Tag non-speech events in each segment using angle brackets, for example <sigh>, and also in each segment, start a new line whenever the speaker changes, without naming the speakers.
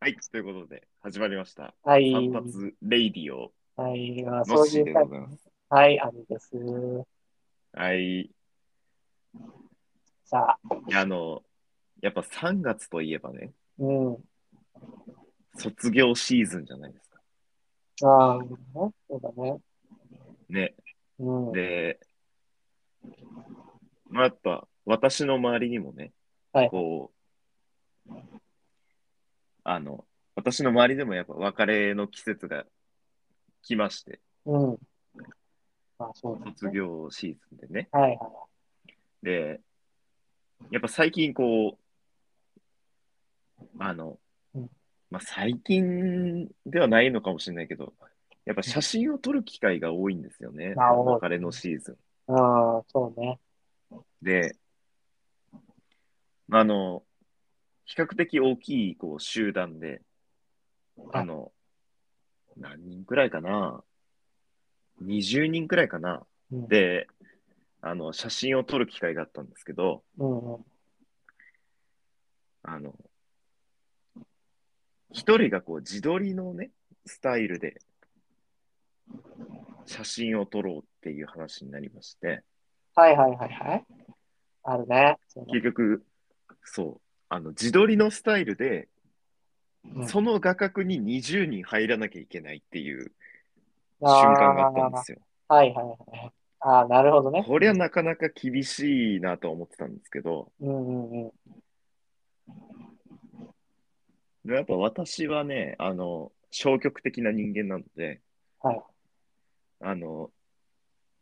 はい、ということで、始まりました。
はい。
散髪レイディオ。
はい。まあ
の
そう
しー
い
で
う
ござ
感
います
じ。はい、あです。
はい。
さあ、
あの、やっぱ3月といえばね、
うん。
卒業シーズンじゃないですか。
ああ、そうだね。
ね。
うん。
で、まあ、やっぱ私の周りにもね、
はい
こう、あの、私の周りでもやっぱ別れの季節が来まして、
うん。まあ、そうだね。
卒業シーズンでね。
はいはい。
で、やっぱ最近こう、あの
うん、
まあ、最近ではないのかもしれないけど、やっぱ写真を撮る機会が多いんですよね、
なるほど
別れのシーズン。
ああ、そうね。
で、あの、比較的大きいこう集団で、あの、何人くらいかな ?20 人くらいかな
うん。
で、あの、写真を撮る機会があったんですけど、
うんうん。
あの、一人がこう自撮りのね、スタイルで写真を撮ろうっていう話になりまして、
はいはいはいはい。あるね。そうだ
結局、そう、あの、自撮りのスタイルで、
うん
その画角に20人入らなきゃいけないっていう瞬間があったんですよ。
あーはいはいはい。ああ、なるほどね。
こりゃなかなか厳しいなとは思ってたんですけど、
うんうんうん。
でもやっぱ私はね、あの、消極的な人間なので、
はい
あの、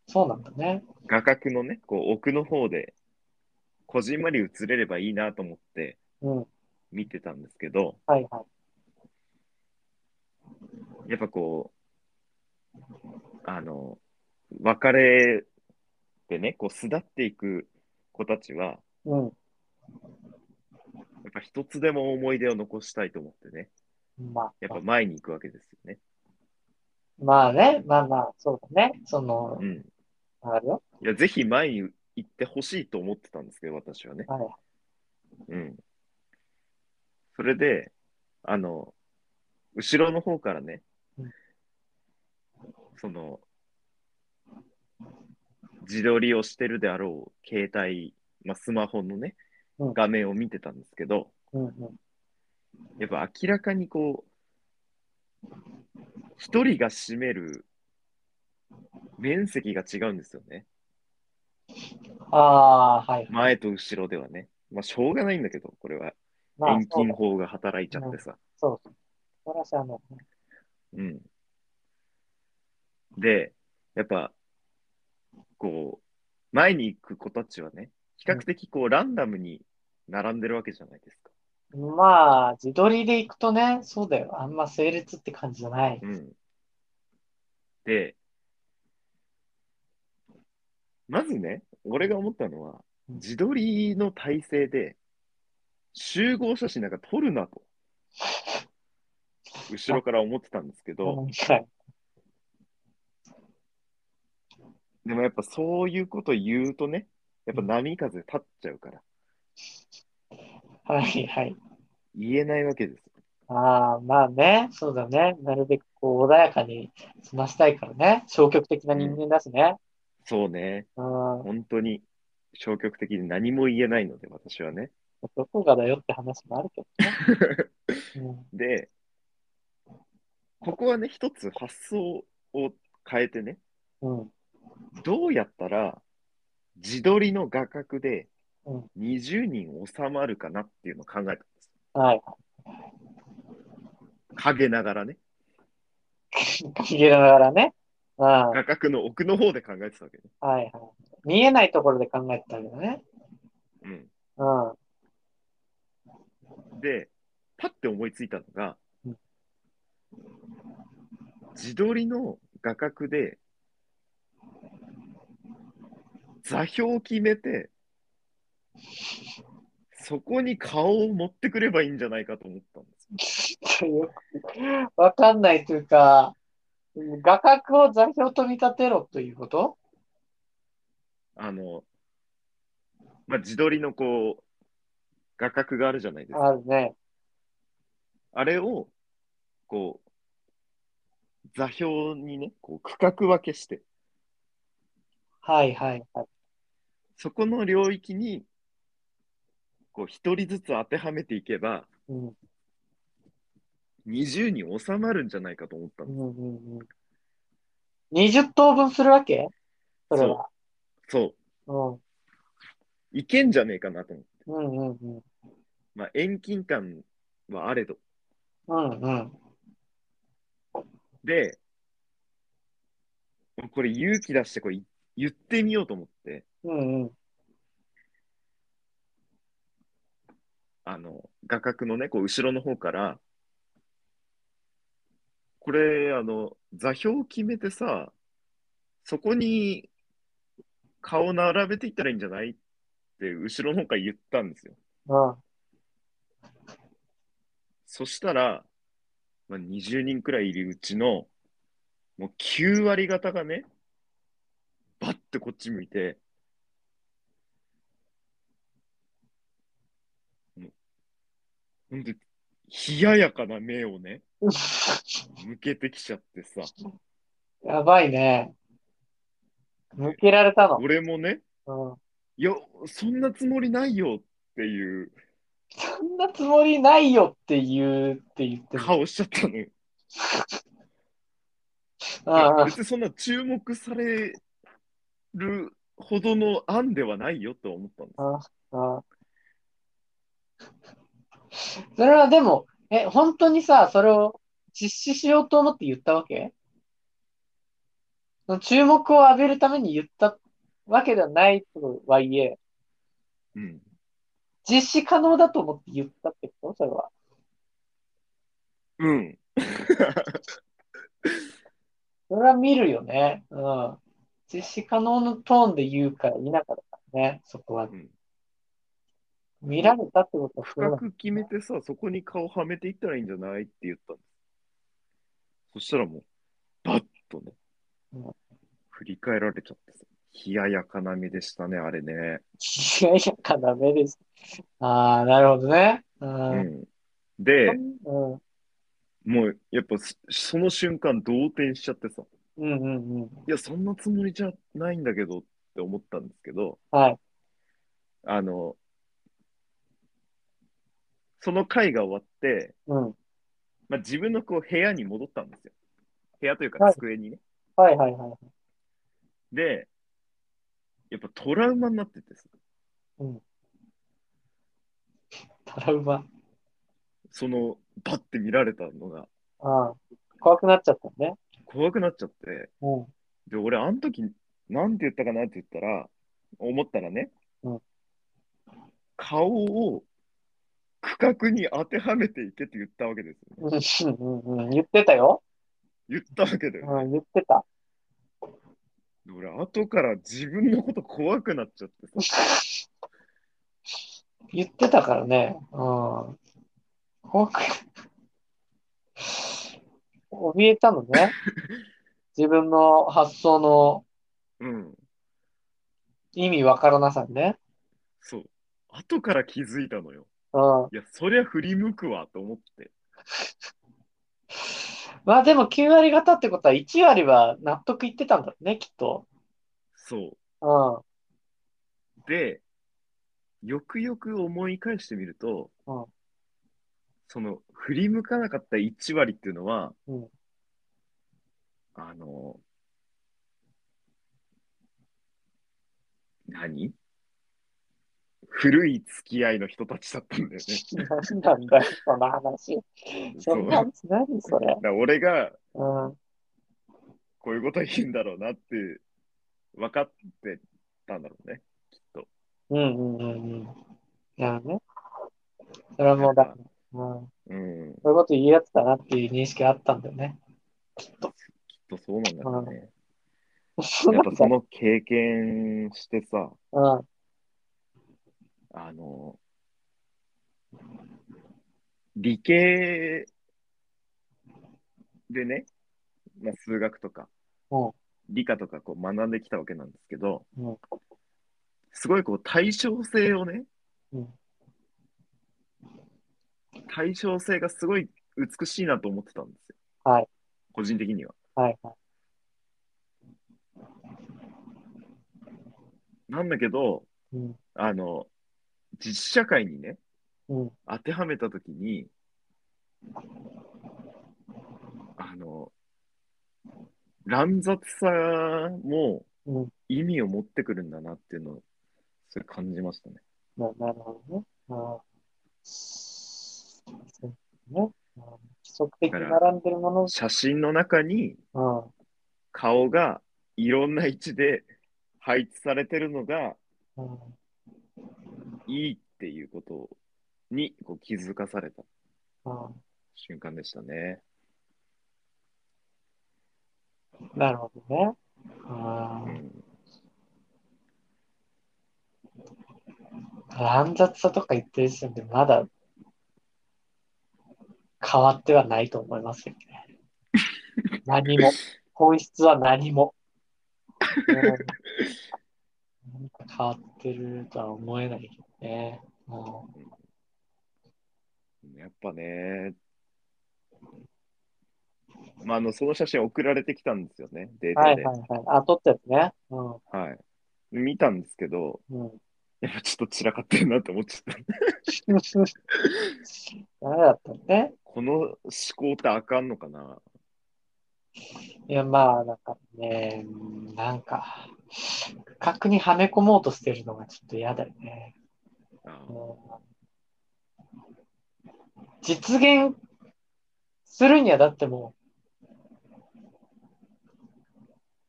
そうなんだね。
画角のね、こう奥の方で、こじんまり映れればいいなと思って
うん。
見てたんですけど、
はいはい。
やっぱこう、あの、別れでね、こう巣立っていく子たちは、
うん。
やっぱ一つでも思い出を残したいと思ってね、
まあ、
やっぱ前に行くわけですよね。
まあね。まあまあ、そうだね。その
う、ん。
あるよ。
いや、ぜひ前に行ってほしいと思ってたんですけど、私はね。
はい。
うん。それで、あの、後ろの方からね
うん、
その、自撮りをしてるであろう携帯、まあ、スマホのね、
うん
画面を見てたんですけど、
うんうん。
やっぱ明らかにこう、一人が占める面積が違うんですよね。
ああ、はい。
前と後ろではね。まあ、しょうがないんだけど、これは。
まあ、
遠
そう
近
だ。
法が働いちゃってさ。
そうそう。それはしゃあないね。
うん。で、やっぱ、こう、前に行く子たちはね、比較的こう、ランダムに並んでるわけじゃないですか。
まあ、自撮りで行くとね、そうだよ。あんま整列って感じじゃない。
うん。で、まずね、俺が思ったのは、
うん
自撮りの体制で、集合写真なんか撮るなと、後ろから思ってたんですけど、
はい
でもやっぱそういうこと言うとね、やっぱ波風立っちゃうから、
はいはい。
言えないわけです。
ああ、まあね、そうだね。なるべくこう穏やかに済ましたいからね。消極的な人間だしね。
そうね、
うん、
本当に消極的で何も言えないので、私はね。
どこがだよって話もあるけどね。
で、ここはね、一つ発想を変えてね、
うん、うん、
どうやったら自撮りの画角で
うん
20人収まるかなっていうのを考えたんです。
はい。
陰ながらね、
逃げながらね。うん、はい
画角の奥の方で考えてたわけね。
はい。見えないところで考えてたけどね。うん、
うん、で、パッて思いついたのが
うん、
自撮りの画角で座標を決めて、そこに顔を持ってくればいいんじゃないかと思ったんですよ。
よく <laughs> わかんないというか、画角を座標と見立てろということ
あの、まあ、自撮りのこう、画角があるじゃないですか。
あるね。
あれを、こう、座標にね、こう区画分けして、
はいはいはい。
そこの領域に、こう、一人ずつ当てはめていけば、
うん
20に収まるんじゃないかと思った
う
の。
んうんうん。20等分するわけそれは。
そうう。いけんじゃねえかなと思って。
ん。うんうんうん。
まあ、遠近感はあれど。
うんうん。
で、これ勇気出してこれ言ってみようと思って、
うんうん。
あの、画角のね、こう後ろの方から、これ、あの、座標を決めてさ、そこに顔並べていったらいいんじゃないって後ろの方から言ったんですよ。
うん。 <laughs>
そしたら、まあ、20人くらいいるうちの、もう9割方がね、バッてこっち向いて、もうほんで、冷ややかな目をね、向けてきちゃってさ、
やばいね。向けられたの。
俺もね、
うん。
いや、そんなつもりないよっていう
そんなつもりないよって言うって言ってる。
顔しちゃったのよ。
うんうん
別にそんな注目されるほどの案ではないよと思ったんです。
うん。それはでも、え、本当にさ、それを実施しようと思って言ったわけその注目を浴びるために言ったわけではないとはいえ、
うん
実施可能だと思って言ったってことそれは。
うん。
それは見るよね。うん。実施可能のトーンで言うか否かだからね、そこは。
うん
見られたってことはそう
深
だ
く決めてさ、そこに顔はめていったらいいんじゃないって言ったんです。そしたらもう、バッとね
うん、
振り返られちゃってさ、冷ややかな目でしたね、あれね。
いやいや、かダメです。ああ、なるほどね。う。
うん
うん。
ん、で、もうやっぱそその瞬間、動転しちゃってさ、
うんうんうん。
いや、そんなつもりじゃないんだけどって思ったんですけど、
はい。
あの、その会が終わって、
うん。
まあ、自分のこう部屋に戻ったんですよ。部屋という
は
か
い
机にね。
はいはいはい。
で、やっぱトラウマになっててさ、
トラウマ。
その、バッて見られたのが
ああ。怖くなっちゃったね。
怖くなっちゃって、
うん。
で、俺、あの時、なんて言ったかなって言ったら、思ったらね、
うん
顔を区画に当てはめていけって言ったわけですよね。
うんうんうん。言ってたよ。
言ったわけだよね。
うん、言ってた。
で俺、後から自分のこと怖くなっちゃってさ、
言ってたからね。うん。怖く。怯えたの <laughs> ね。自分の発想の
うん、
意味わからなさにね。
そう。後から気づいたのよ。
う
い
ん。
や、そりゃ振り向くわと思って。
まあでも9割方ってことは1割は納得いってたんだろうね、きっと。
そう。
うん。
で、よくよく思い返してみると、
うん
その振り向かなかった1割っていうのは、
うん
あの、何古い付き合いの人たちだったんだよね。
<laughs> 何なんだよ、その話。 <laughs> そん
う
な
だか
ん、何それ。
ら俺が
うん。
こういうこと言うんだろうなって分かってたんだろうね。
うんうんうんうん。なるほどね。それはもうだ、うん。そ
うん、
ういうこと言うやつだなっていう認識があったんだよ <laughs> ね。
きっとそうなんだろうね。
そ
やっぱその経験してさ、
うん。
あの、理系でね、まあ、数学とか
うん、
理科とかこう学んできたわけなんですけど、
うん
すごいこう対称性をね、
うん
対称性がすごい美しいなと思ってたんですよ。
はい。
個人的には。
はいはい。
なんだけど、
うん。
あの、実社会にね、
うん。
当てはめたときに、あの、乱雑さも
うん。
意味を持ってくるんだなっていうのを、それ感じましたね。
ななるほどね。ああ。そうね。ああ規則的に並んでるもの。
写真の中に
うん。
顔がいろんな位置で配置されてるのが
うん
いいっていうことにこう気づかされた
うん
瞬間でしたね。
なるほどね。あ
うん、
あ乱雑さとか言ってる時点でまだ変わってはないと思いますけどね。何も。本質は何も。うんなんか変わってるとは思えないけどね。うん
やっぱね、まあ、あのその写真送られてきたんですよね、デー
は
タ
い
で。
はいはい。あ、撮ったやつね。うん。
はい見たんですけど、
うん。
やっぱちょっと散らかってるなって思っちゃった。
ダメだったね。
この思考ってあかんのかない
や、まあ、なんかね、うんなんか、格にはめ込もうとしてるのがちょっと嫌だよね。
あ
うん実現するにはだっても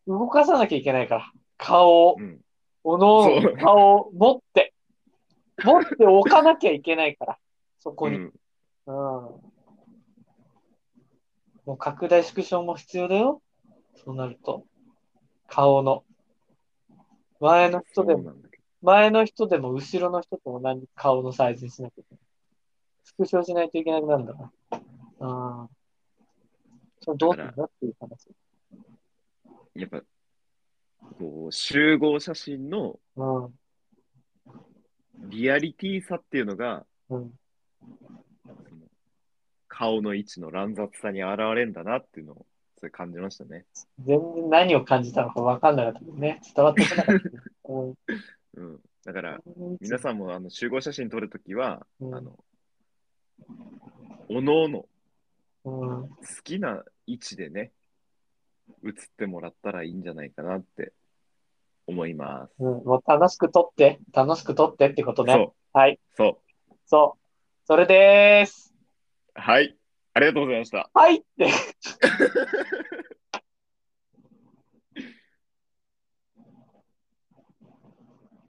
う、動かさなきゃいけないから、顔を
ー、うん、
おのお
そ
の
う
顔を持って、持っておかなきゃいけないから、そこに
う。ん
うんもう拡大縮小も必要だよ。そうなると。顔の。前の人で
そう
も、
なんだけ
前の人でも後ろの人と同じ顔のサイズにしなきゃいけない。縮小しないといけなくなるんだな。ああ。それどうするんだっていう話。
どやっぱこう集合写真の
うん。
リアリティさっていうのが
うん。
その顔の位置の乱雑さに現れるんだなっていうのをそれ感じましたね。
全然何を感じたのか分かんなかったもんね。伝わってこなかった。うん
うん、だから皆さんもあの集合写真撮るときは、
うん
あのおのおの好
うん。
きな位置でね写ってもらったらいいんじゃないかなって思います。
うん。もう楽しく撮って、楽しく撮ってってことね。
そう
はい。
そう
そう。それでーす。
はいありがとうございました。
はいって。